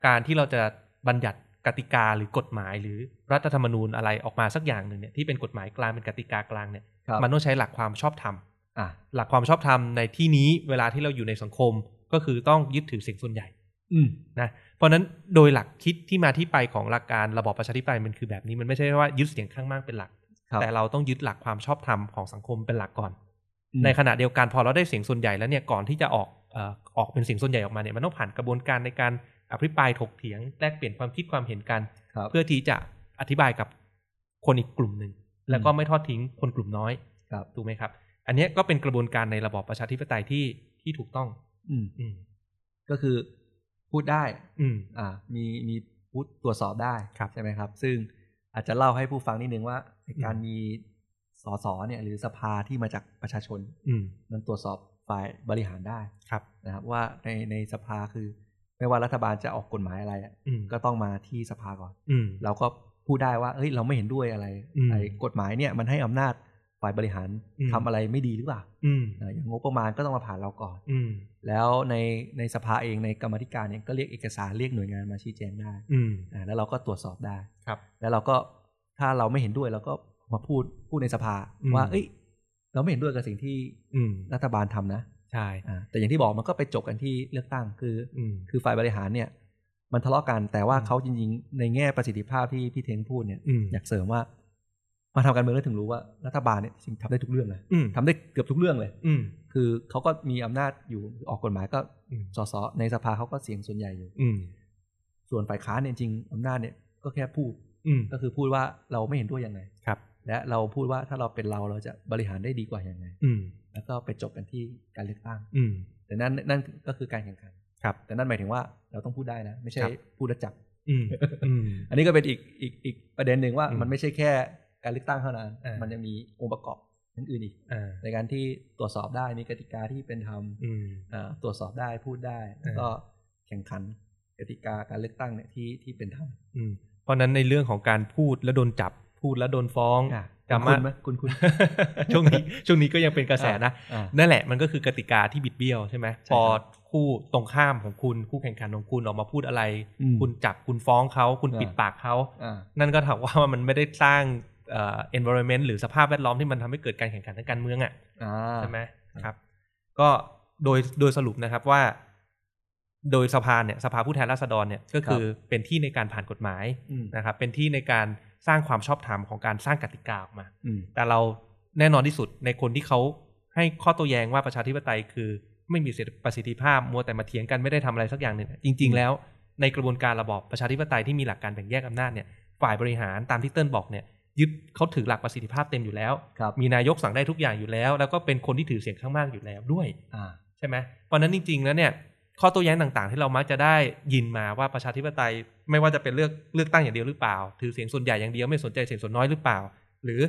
การที่เราจะบัญญัติกติกาหรือกฎหมาย หรือรัฐธรรมนูญอะไรออกมาสักอย่างหนึ่งเนี่ยที่เป็นกฎหมายกลางเป็นกติกากลางเนี่ย ครับ มันต้องใช้หลักความชอบธรรม อ่ะ หลักความชอบธรรมในที่นี้เวลาที่เราอยู่ในสังคมก็คือต้องยึดถือเสียงส่วนใหญ่ อืม นะเพราะฉะนั้นโดยหลักคิดที่มาที่ไปของหลักการระบอบประชาธิปไตยมันคือแบบนี้มันไม่ใช่ว่ายึดเสียงข้างมากเป็นหลัก ครับ แต่เราต้องยึดหลักความชอบธรรมของสังคมเป็นหลักก่อน อืม ในขณะเดียวกันพอเราได้เสียงส่วนใหญ่แล้วเนี่ยก่อนที่จะออกเอ่อออกเป็นเสียงส่วนใหญ่ออกมาเนี่ยมันต้องผ่านกระบวนการในการอภิปรายถกเถียงแลกเปลี่ยนความคิดความเห็นกัน ครับ เพื่อที่จะอธิบายกับคนอีกกลุ่มหนึ่งแล้วก็ไม่ทอดทิ้งคนกลุ่มน้อย ครับ ถูกไหมครับ อันเนี้ยก็เป็นกระบวนการในระบอบประชาธิปไตยที่ที่ถูกต้อง อืม อืม ก็คือพูดได้ อืม อ่ามีมีพูดตรวจสอบได้ ครับ ใช่ไหมครับ ซึ่งอาจจะเล่าให้ผู้ฟังนิดนึงว่าไอ้ อืม การมีสสเนี่ยหรือสภาที่มาจากประชาชน อืม มันตรวจสอบฝ่ายบริหารได้ ครับ นะครับ ว่าในในสภาคือ ไม่ว่ารัฐบาลจะออกกฎหมายอะไรอะ อืม ก็ต้องมาที่สภาก่อน อืม เราก็พูดได้ว่าเอ้ยเราไม่เห็นด้วยอะไร อืม ไอ้กฎหมายเนี่ยมันให้อำนาจฝ่ายบริหาร อืม ทำอะไรไม่ดีหรือเปล่า อืม อ่าอย่างงบประมาณก็ต้องมาผ่านเราก่อน อืม แล้วในในสภาเองในกรรมาธิการเนี่ยก็เรียกเอกสารเรียกหน่วยงานมาชี้แจงได้ อืม อ่าแล้วเราก็ตรวจสอบได้ ครับ แล้วเราก็ถ้าเราไม่เห็นด้วยเราก็มาพูดพูดในสภา อืม ว่า เอ้ย เราไม่เห็นด้วยกับสิ่งที่ อืม รัฐบาลทำนะ ใช่ อ่าแต่อย่างที่บอกมันก็ไปจบกันที่เลือกตั้งคืออ อืม คือฝ่ายบริหารเนี่ย มันทะเลาะกันแต่ว่า อืม เขาจริงๆ ในแง่ประสิทธิภาพที่พี่เทงพูดเนี่ย อืม อยากเสริมว่า มาทำการเมืองแล้วถึงรู้ว่ารัฐบาลเนี่ยจริงทำได้ทุกเรื่องนะ อืม ทำได้เกือบทุกเรื่องเลย อืม คือเขาก็มีอำนาจอยู่ออกกฎหมายก็ อืม สสในสภาเขาก็เสียงส่วนใหญ่อยู่ อืม ส่วนฝ่ายค้านเนี่ยจริงอำนาจเนี่ยก็แค่พูด อืม ก็คือพูดว่าเราไม่เห็นด้วยยังไง ครับ และเราพูดว่าถ้าเราเป็นเราเราจะบริหารได้ดีกว่ายังไง อืม แล้วก็ไปจบกันที่การเลือกตั้ง อืม แต่นั่นนั่นก็คือการแข่งขัน ครับ แต่นั่นหมายถึงว่าเราต้องพูดได้นะ ไม่ใช่ ครับ พูดแล้วจับ อืมอืม อันนี้ก็เป็นอีกอีกอีกประเด็นหนึ่งว่า อืม มันไม่ใช่แค่การเลือกตั้งเท่านั้น อ่ามั มันยังมีองค์ประกอบอื่นๆอีก อ่า ในการที่ตรวจสอบได้มีกติกาที่เป็นธรรม อืม อ่าตรวจสอบได้พูดได้แล้ว อ่า ก็แข่งขันกติกาการเลือกตั้งเนี่ยที่ที่เป็นธรรม อืมเพราะฉะนั้นในเรื่องของการพูดแล้วโดนจับพูดแล้วโดนฟ้อง อ่ะ กรร คุ มะ ณไหมคุณคุณ ช่วงนี้ช่วงนี้ก็ยังเป็นกระแสนะ อ่า นั่นแหละมันก็คือกติกาที่บิดเบี้ยวใช่ไหม ใช่ พ ครั อบ คู่ตรงข้ามของคุณคู่แข่งขันของคุณออกมาพูดอะไร อืม คุณจับคุณฟ้องเขาคุณ อ่า ปิดปากเขา อ่า นั่นก็ถามว่ามันไม่ได้สร้างเอ่อ environment หรือสภาพแวดล้อมที่มันทำให้เกิดการแข่งขันทางการเมืองอ่ะ อ่า ใช่ไหม ครับ ครับ ก็โดยโดยสรุปนะครับว่า โดยสภาเนี่ยสภาผู้แทนราษฎรเนี่ยก็คือเป็นที่ในการผ่านกฎหมาย อืม นะครับ เป็นที่ในการสร้างความชอบธรรมของการสร้างกติกาออกมา อืม แต่เราแน่นอนที่สุดในคนที่เขาให้ข้อโต้แย้งว่าประชาธิปไตยคือไม่มีประสิทธิภาพมัวแต่มาเถียงกันไม่ได้ทำอะไรสักอย่างหนึ่งจริง ๆ แล้วในกระบวนการระบอบประชาธิปไตยที่มีหลักการแบ่งแยกอำนาจเนี่ยฝ่ายบริหารตามที่เติ้ลบอกเนี่ยยึดเขาถือหลักประสิทธิภาพเต็มอยู่แล้ว ครับ มีนายกสั่งได้ทุกอย่างอยู่แล้ว แล้วก็เป็นคนที่ถือเสียงข้างมากอยู่แล้วด้วย อ่า ใช่ไหมเพราะฉะนั้นจริงๆ แล้วเนี่ย ข้อโต้แย้งต่างๆ ที่เรามักจะได้ยินมาว่าประชาธิปไตยไม่ว่าจะเป็นเลือกเลือกตั้งอย่างเดียวหรือเปล่า ถือเสียงส่วนใหญ่อย่างเดียวไม่สนใจเสียงส่วนน้อยหรือเปล่า หรือ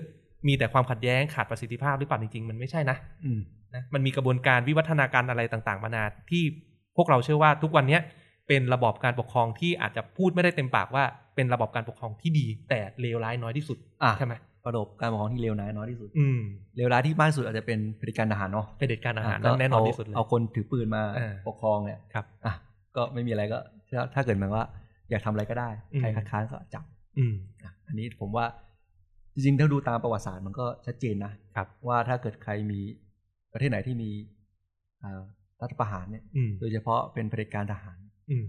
มีแต่ความขัดแย้งขาดประสิทธิภาพหรือเปล่าจริงๆ มันไม่ใช่นะ อืม นะ มันมีกระบวนการวิวัฒนาการอะไรต่างๆ มานาที่พวกเราเชื่อว่าทุกวันเนี้ย เป็นระบอบการปกครองที่อาจจะพูดไม่ได้เต็มปากว่าเป็นระบอบการปกครองที่ดี แต่เลวร้ายน้อยที่สุด อ่ะ ใช่ไหม ประดบการปกครองที่เลวร้ายน้อยที่สุด อืม เลวร้ายที่มากที่สุดอาจจะเป็นเผด็จการทหารเนาะ เป็นเด็ดการอาหาร ะ นั่ ก็ นแน่นอนที่สุดเลย เอาคนถือปืนมา เออ ปกครองเนี่ย ครับ อ่ะก็ไม่มีอะไรก็ถ้าถ้าเกิดเหมือนว่า อยากทำอะไรก็ได้ อืม ใครคัดค้านก็จับ อืม อ่ะอันนี้ผมว่าจริงๆถ้าดูตามประวัติศาสตร์มันก็ชัดเจนนะครับ ว่าถ้าเกิดใครมีประเทศไหนที่มีอ่ารัฐประหารเนี่ย อืม โดยเฉพาะเป็นเผด็จการทหาร อืม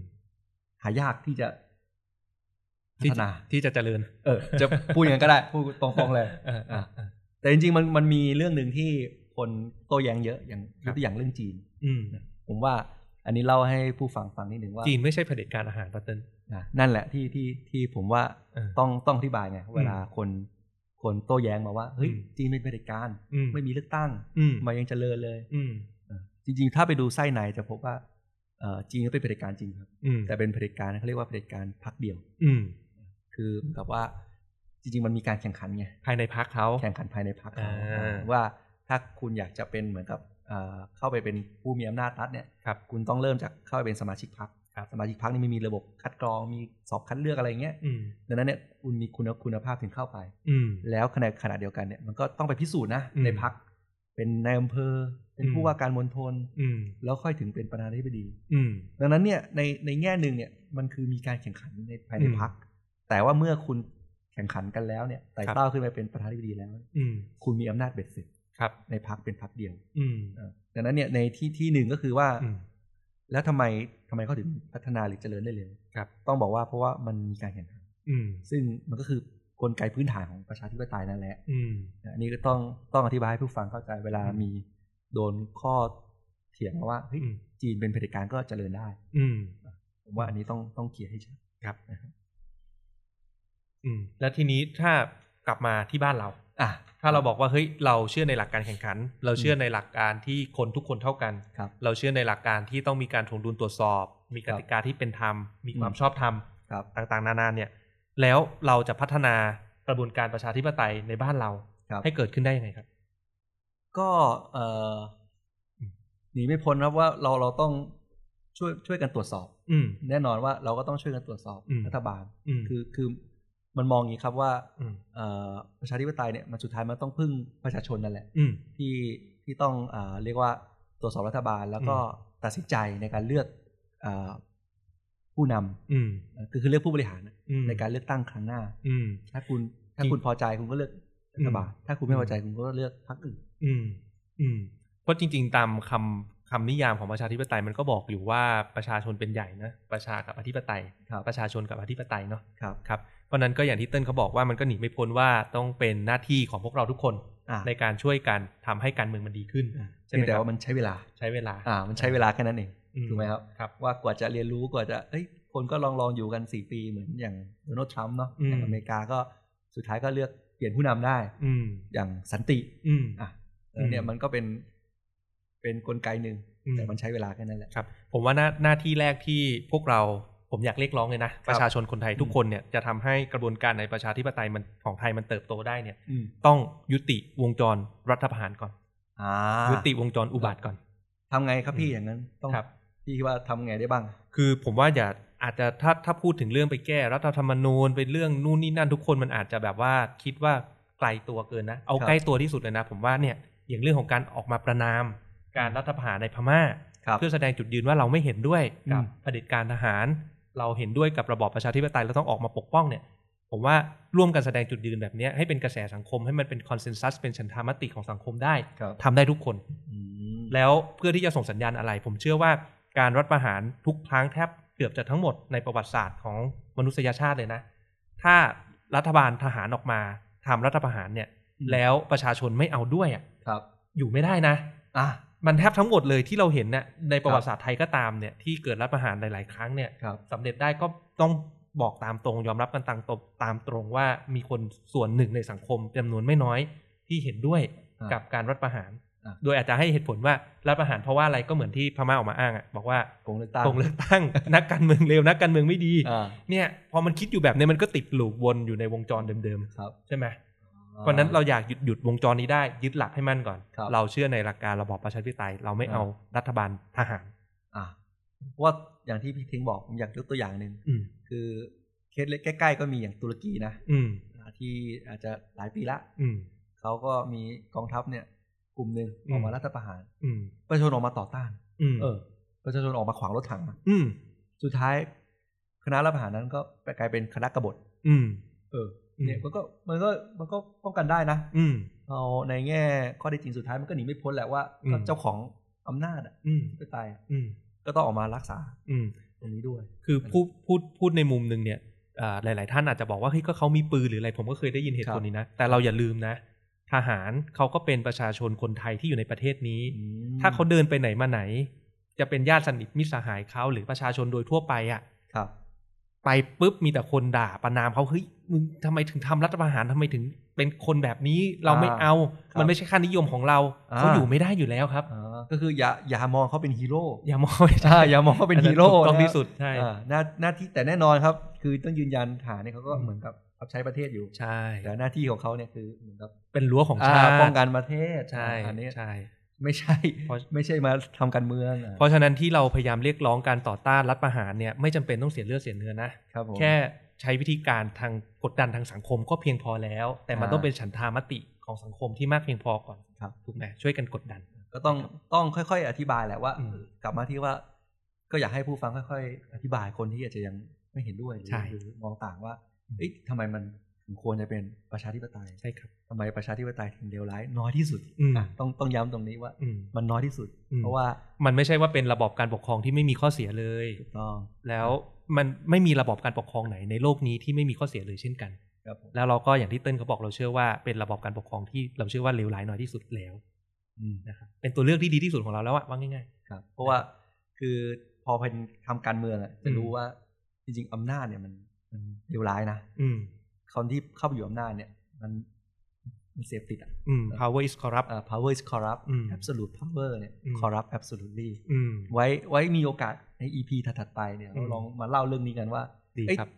หายากที่จะพั ที่ ฒนา ที่จะเจริญ เออ จะพูดอย่างนั้นก็ได้ พูดตรงๆเลย เออเออเออ แต่จริงๆมันมันมีเรื่องหนึ่งที่คนโต้แย้งเยอะอย่าง ค ย รับ กตัวอย่างเรื่องจีน อืม ผมว่า อันนี้เล่าให้ผู้ฟังฟังนิดหนึ่งว่า จีนไม่ใช่เผด็จการอาหารปัตเติ้ล อ่ะนั่นแหละที่ที่ที่ผมว่า เออ ต้องต้องอธิบายไงเวลาคนคนโต้แย้งมาว่าเฮ้ย อืม จีนเป็นเผด็จการ อืม ไม่มีเลือกตั้ง อืม ทำไมายังเจริญเลย อืม จริงๆ ถ้าไปดูไส้ในจะพบว่าเอ่อจีนก็เป็นเผด็จการจริงครับ อืม แต่เป็นเผด็จการเขาเรียกว่าเผด็จการพรรคเดียว อืม คือเหมือนกับว่าจริง ๆ มันมีการแข่งขันไง ภายในพักเขา แข่งขันภายในพรรคเขา อ่า อ่าว่าถ้าคุณอยากจะเป็นเหมือนกับเอ่อเข้าไปเป็นผู้มีอำนาจรัฐเนี่ย ครับ คุณต้องเริ่มจากเข้าไปเป็นสมาชิกพรรค ครับ สมาชิกพรรคนี่ไม่มีระบบคัดกรองมีสอบคัดเลือกอะไรเงี้ย อืม ดังนั้นเนี่ยคุณมีคุณคุณภาพถึงเข้าไป อืม แล้วขณะขณะเดียวกันเนี่ยมันก็ต้องไปพิสูจน์นะ อืม ในพรรคเป็นนายอำเภอ เป็นผู้ อืม ว่าการมณฑล อืม แล้วค่อยถึงเป็นประธานาธิบดี อืม ดังนั้นเนี่ยในในแง่หนึ่งเนี่ยมันคือมีการแข่งขันในภายใน อืม พรรคแต่ว่าเมื่อคุณแข่งขันกันแล้วเนี่ยไต่ ครับ เต้าขึ้นไปเป็นประธานาธิบดีแล้ว อืม คุณมีอำนาจเบ็ดเสร็จ ครับ ในพักเป็นพักเดียว อืม เออดังนั้นเนี่ยในที่ที่หนึ่งก็คือว่า อืม แล้วทำไมทำไมเขาถึงพัฒนาหรือเจริญได้เร็ว ครับ ต้องบอกว่าเพราะว่ามันมีการแข่งขัน อืม ซึ่งมันก็คือกลไกพื้นฐานของประชาธิปไตยนั่นแหละ อืม นะอันนี้ก็ต้องต้องอธิบายให้ผู้ฟังเข้าใจเวลา อืม มีโดนข้อเถียงมาว่าเฮ้ย อืม จีนเป็นเผด็จการก็เจริญได้ อืม ผมว่าอันนี้ต้องต้องเคลียร์ให้ชัด อืม แล้วทีนี้ถ้ากลับมาที่บ้านเรา อ่ะ ถ้าเราบอกว่าเฮ้ยเราเชื่อในหลักการแข่งขัน เราเชื่อในหลักการที่คนทุกคนเท่ากัน ครับ เราเชื่อในหลักการที่ต้องมีการถวงดุลตรวจสอบ มีกติกาที่เป็นธรรม มีความ อืม ชอบธรรม ครับ ต่างๆ นานาเนี่ย แล้วเราจะพัฒนากระบวนการประชาธิปไตยในบ้านเรา ครับ ให้เกิดขึ้นได้ยังไงครับ ก็เอ่อหนีไม่พ้นครับว่าเราเราต้องช่วยช่วยกันตรวจสอบ อืม แน่นอนว่าเราก็ต้องช่วยกันตรวจสอบ อืม รัฐบาล อืม คือคือมันมองอย่างนี้ครับว่า อืม เอ่อประชาธิปไตยเนี่ยมันสุดท้ายมันต้องพึ่งประชาชนนั่นแหละ อืม ที่ที่ต้องเออเรียกว่าตรวจสอบรัฐบาล แล้วก็ตัดสินใจในการเลือกเออผู้น อืม ำเอ่อคือคือเลือกผู้บริหาร อืม ในการเลือกตั้งครั้งหน้า อืม ถ้าคุณถ้าคุณพอใจคุณก็เลือกรัฐบาลถ้าคุณไม่พอใจคุณก็เลือกพรรคอื่น อืม อืม เพราะจริง ๆ ตามคำคำนิยามของประชาธิปไตยมันก็บอกอยู่ว่าประชาชนเป็นใหญ่นะ ประชากับอธิปไตย ครับ ประชาชนกับอธิปไตยเนาะ ครับ ครับ เพราะฉะนั้นก็อย่างที่เติ้ลเขาบอกว่ามันก็หนีไม่พ้นว่าต้องเป็นหน้าที่ของพวกเราทุกคน อ่ะ ในการช่วยกันทำให้การเมืองมันดีขึ้น อ่ะ ใช่ เพี ไหมยงแต่ ครับ ว่ามันใช้เวลา ใช้เวลา อ่า มันใช้เวลาแค่นั้นเอง อื ถูกไหมครับ ครับ ว่ากว่าจะเรียนรู้กว่าจะเอ้ยคนก็ลองลองอยู่กันสี่ปีเหมือนอย่างโดนัลด์ทรัมป์เนาะ อืม อย่างอเมริกาก็สุดท้ายก็เลือกเปลี่ยนผู้นำได้ อืม อย่างสันติ อืม อ่ะเออเนี่ย อืม มันก็เป็นเป็นกลไกหนึ่ง อืม แต่มันใช้เวลาแค่นั้นแหละ ครับ ผมว่าหน้าหน้าที่แรกที่พวกเราผมอยากเรียกร้องเลยนะ ประชาชนคนไทยทุกคนเนี่ยจะทำให้กระบวนการในประชาธิปไตยมันของไทยมันเติบโตได้เนี่ย อืม ต้องยุติวงจรรัฐประหารก่อน อ่า ยุติวงจรอุบาทก่อน ทำไงครับพี่ อืม อย่างนั้นต้อง ครับ พี่คิดว่าทำไงได้บ้าง คือผมว่าอย่าอาจจะถ้าถ้าพูดถึงเรื่องไปแก้รัฐธรรมนูญเป็นเรื่องนู่นนี่นั่นทุกคนมันอาจจะแบบว่าคิดว่าไกลตัวเกินนะ เอา ครับ ใกล้ตัวที่สุดเลยนะ ผมว่าเนี่ยอย่างเรื่องของการออกมาประนาม การรัฐประหารในพม่า ครับ เพื่อแสดงจุดยืนว่าเราไม่เห็นด้วย คกัรับบ เผด็จการทหาร เราเห็นด้วยกับระบอบประชาธิปไตยเราต้องออกมาปกป้องเนี่ย ผมว่าร่วมกันแสดงจุดยืนแบบเนี้ยให้เป็นกระแสสังคมให้มันเป็นคอนเซนแซสเป็นฉันทามติของสังคมได้ ครับ ทำได้ทุกคน อืม แล้วเพื่อที่จะส่งสัญญาณอะไร ผมเชื่อว่าการรัฐประหารทุกครั้งแทบเกือบจะทั้งหมดในประวัติศาสตร์ของมนุษยชาติเลยนะ ถ้ารัฐบาลทหารออกมาทำรัฐประหารเนี่ย แล้วประชาชนไม่เอาด้วยอะ ครับ อยู่ไม่ได้นะ อ่ะ มันแทบทั้งหมดเลยที่เราเห็นเนี่ยในประวั ครั ติ บ ศาสตร์ไทยก็ตามเนี่ยที่เกิดรัฐประหารหลาย ๆ ครั้งเนี่ย ครับ สำเร็จได้ก็ต้องบอกตามตรง ยอมรับกันตามตรงตามตรงว่ามีคนส่วนหนึ่งในสังคมจำนวนไม่น้อยที่เห็นด้วย อ่ากั กับการรัฐประหาร อ่า โดยอาจจะให้เหตุผลว่ารัฐประหารเพราะว่าอะไรก็เหมือนที่พม่าออกมาอ้างอ่ะบอกว่า โกงเลือกตั้ง โกงเลือกตั้ง นักการเมืองเลวนักการเมืองไม่ดี อ่า เนี่ยพอมันคิดอยู่แบบเนี้มันก็ติดลูปวนอยู่ในวงจรเดิม ครับ ๆใช่ไหม เพราะฉะนั้นเราอยากหยุดหยุดวงจรนี้ได้ยึดหลักให้มั่นก่อน ครับ เราเชื่อในหลักการระบอบประชาธิปไตย เราไม่ อ่า เอารัฐบาลทหาร อ่ะ เพราะว่าอย่างที่พี่ทิ้งบอกผมอยากยกตัวอย่างหนึ่ง อืม คือเคสเล็กใกล้ ๆ ก็มีอย่างตุรกีนะ อืม อ่าที่อาจจะหลายปีละ อืม เขาก็มีกองทัพเนี่ยกลุ่มหนึ่ง อืม ออกมารัฐประหาร อืม ประชาชนออกมาต่อต้าน อืม เออ ประชาชนออกมาขวางรถถังอะ อืม สุดท้ายคณะรัฐประหารนั้นก็กลายเป็นคณะกบฏ อืม เออเนี่ยมันก็มันก็มันก็ป้องกันได้นะ อืม เอาในแง่ข้อเท็จจริงสุดท้ายมันก็หนีไม่พ้นแหละว่า อืม เจ้าของอำนาจอะ อืม ก็ตายอะ อืม ก็ต้องออกมารักษา อืม ตรงนี้ด้วย คือพูดพูดพูดในมุมหนึ่งเนี่ยอ่าหลาย ๆ ท่านอาจจะบอกว่าเฮ้ยก็เขามีปืนหรืออะไรผมก็เคยได้ยินเหตุผลนี้นะ แต่เราอย่าลืมนะ ทหารเขาก็เป็นประชาชนคนไทยที่อยู่ในประเทศนี้ ถ้าเขาเดินไปไหนมาไหน จะเป็นญาติสนิทมิตรสหายเขาหรือประชาชนโดยทั่วไปอะ่ะ ครับ ไปปุ๊บมีแต่คนด่าประนามเขาเฮ้ยมึงทำไมถึงทำรัฐประหารทำไมถึงเป็นคนแบบนี้เราไม่เอา ครับ มันไม่ใช่ค่านิยมของเรา อ่า เขาอยู่ไม่ได้อยู่แล้วครับ อ่าก็คืออย่าอย่ามองเขาเป็นฮีโร่ อย่ามอง ไม่ อ่า ได้ อย่ามองเขาเป็นฮีโร่ ถูกต้อง นะ ที่สุดใช่ อ่าหน้าหน้าที่แต่แน่นอนครับ คือต้องยืนยันฐานเนี่ยเขาก็เหมือนกับรับใช้ประเทศอยู่ ใช่ แต่หน้าที่ของเขาเนี่ยคือเหมือนกับ เป็นรั้วของชาติ าป้องกันประเทศ ใช่ อ่าอันนี้ ใช่ ไม่ใช่ เพราะ ไม่ใช่มาทำการเมืองอ่ะ เพราะฉะนั้นที่เราพยายามเรียกร้องการต่อต้านรัฐประหารเนี่ยไม่จำเป็นต้องเสียเลือดเสียเนื้อนะ ครับผม แค่ใช้วิธีการทางกดดันทางสังคมก็เพียงพอแล้ว แต่มัน อ่า ต้องเป็นฉันทามติของสังคมที่มากเพียงพอก่อน ครับ ถูกไหมช่วยกันกดดัน ก็ต้องต้องค่อย ๆ อธิบายแหละว่า อืม กลับมาที่ว่า ก็อยากให้ผู้ฟังค่อย ๆ อธิบายคนที่อาจจะยังไม่เห็นด้วยหรือ ใช่ หรือมองต่างว่าเอ๊ะทำไมมันถึงควรจะเป็นประชาธิปไตย ใช่ครับ ทำไมประชาธิปไตยถึงเลวร้ายน้อยที่สุด อืม อ่ะต้องต้องย้ำตรงนี้ว่า อืม มันน้อยที่สุด อืม เพราะว่า มันไม่ใช่ว่าเป็นระบอบการปกครองที่ไม่มีข้อเสียเลย ถูกต้อง แล้วมันไม่มีระบอบการปกครองไหนในโลกนี้ที่ไม่มีข้อเสียเลยเช่นกัน ครับผม แล้วเราก็อย่างที่เติ้ลเขาบอกเราเชื่อว่าเป็นระบอบการปกครองที่เราเชื่อว่าเลวร้ายน้อยที่สุดแล้ว อืม นะครับเป็นตัวเลือกที่ดีที่สุดของเราแล้วอะว่าง่าย ครับ เพราะว่าคือพอเป็นทำการเมืองอะจะรู้ว่าจริงๆอำนาจเนี่ยมันมันเลวร้ายนะ ๆ อืม คนที่เข้าไปอยู่อำนาจเนี่ย มันมันเสพติดอะ อืม power is corrupt อ่า power is corrupt อืม absolute power เนี่ย อืม corrupt absolutely อืม ไว้ไว้มีโอกาสใน EP ถัดๆไปเนี่ย อืมเราลองมาเล่าเรื่องนี้กันว่า ดี เอ๊ะ ครับ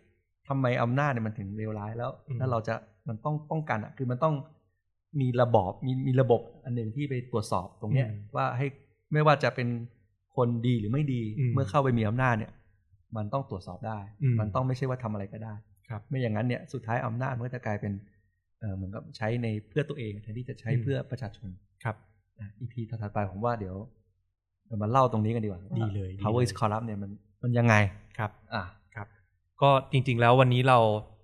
ทำไมอำนาจเนี่ยมันถึงเลวร้ายแล้ว อืม แล้วเราจะมันต้องป้องกันอ่ะ คือมันต้องมีระบอบมีมีระบบอันหนึ่งที่ไปตรวจสอบตรงเนี้ย ว่าให้ไม่ว่าจะเป็นคนดีหรือไม่ดี อืม เมื่อเข้าไปมีอำนาจเนี่ย มันต้องตรวจสอบได้ อืม มันต้องไม่ใช่ว่าทำอะไรก็ได้ ครับ ไม่อย่างนั้นเนี่ยสุดท้ายอำนาจมันก็จะกลายเป็นเอ่อเหมือนกับใช้ในเพื่อตัวเองแทนที่จะใช้ อืม เพื่อประชาชน ครับ อีพีถัดๆไปผมว่าเดี๋ยวเรามาเล่าตรงนี้กันดีกว่า ดีเลย ว่า ดี Power เลย is corrupt เนี่ยมันมันยังไง ครับ อ่ะ ก็จริงๆแล้ววันนี้เรา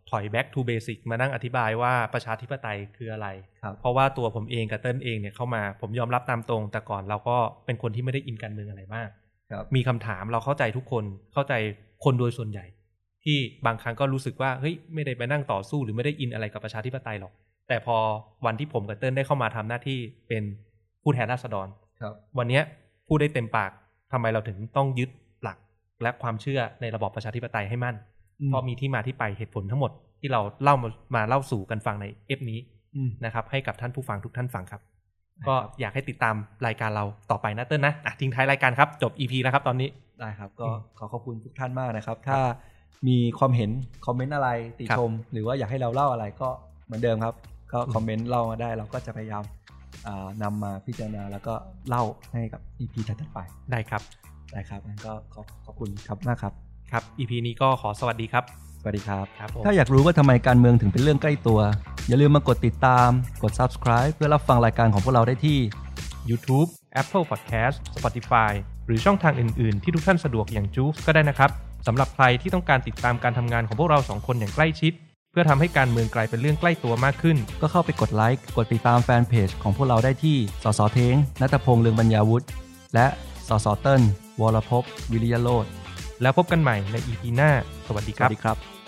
ถอย back to basic มานั่งอธิบายว่าประชาธิปไตยคืออะไร ครับ เพราะว่าตัวผมเองกับเติ้ลเองเนี่ยเข้ามาผมยอมรับตามตรง แต่ก่อนเราก็เป็นคนที่ไม่ได้อินการเมืองอะไรมาก ครับ มีคำถามเราเข้าใจทุกคนเข้าใจคนโดยส่วนใหญ่ ที่บางครั้งก็รู้สึกว่าเฮ้ยไม่ได้ไปนั่งต่อสู้หรือไม่ได้อินอะไรกับประชาธิปไตยหรอก แต่พอวันที่ผมกับเติ้ลได้เข้ามาทำหน้าที่เป็นผู้แทนราษฎร ครับ วันเนี้ยพูดได้เต็มปากทำไมเราถึงต้องยึดหลักและความเชื่อในระบอบประชาธิปไตยให้มั่น อืม เพราะมีที่มาที่ไปเหตุผลทั้งหมดที่เราเล่ามามาเล่าสู่กันฟังในเอฟนี้ อืม นะครับ ให้กับท่านผู้ฟังทุกท่านฟังครับ ก็ ครับ อยากให้ติดตามรายการเราต่อไปนะเติ้ลนะอ่ะทิ้งท้ายรายการครับ จบ EP แล้วครับตอนนี้ ได้ครับ ก็ อืม ขอขอบคุณทุกท่านมากนะครับ ถ้ามีความเห็น คอมเมนต์อะไรติ ครับ ชม หรือว่าอยากให้เราเล่าอะไรก็เหมือนเดิมครับ ก็ อืม คอมเมนต์เล่ามาได้เราก็จะพยายามอ่านำมาพิจารณาแล้วก็เล่าให้กับ EP ถัดๆไป ได้ครับ ได้ครับงั้นก็ขอขอบคุณครับมากครับ ครับ EP นี้ก็ขอสวัสดีครับ สวัสดีครับ ครับผม ถ้าอยากรู้ว่าทำไมการเมืองถึงเป็นเรื่องใกล้ตัว อย่าลืมมากดติดตาม กด subscribe เพื่อรับฟังรายการของพวกเราได้ที่ YouTube Apple Podcast Spotify หรือช่องทางอื่น ๆ ที่ทุกท่านสะดวกอย่างจูฟก็ได้นะครับ สำหรับใครที่ต้องการติดตามการทำงานของพวกเราสองคนอย่างใกล้ชิด เพื่อทำให้การเมืองกลายเป็นเรื่องใกล้ตัวมากขึ้น ก็เข้าไปกดไลค์ กดติดตามแฟนเพจของพวกเราได้ที่ สสเทงนัตพงษ์เลืองบรรยาวุฒิ และ สสเติ้ลวรภพ วิริยโรธ แล้วพบกันใหม่ใน EP หน้า สวัสดี ส ค วั รั ส บ ดีครับ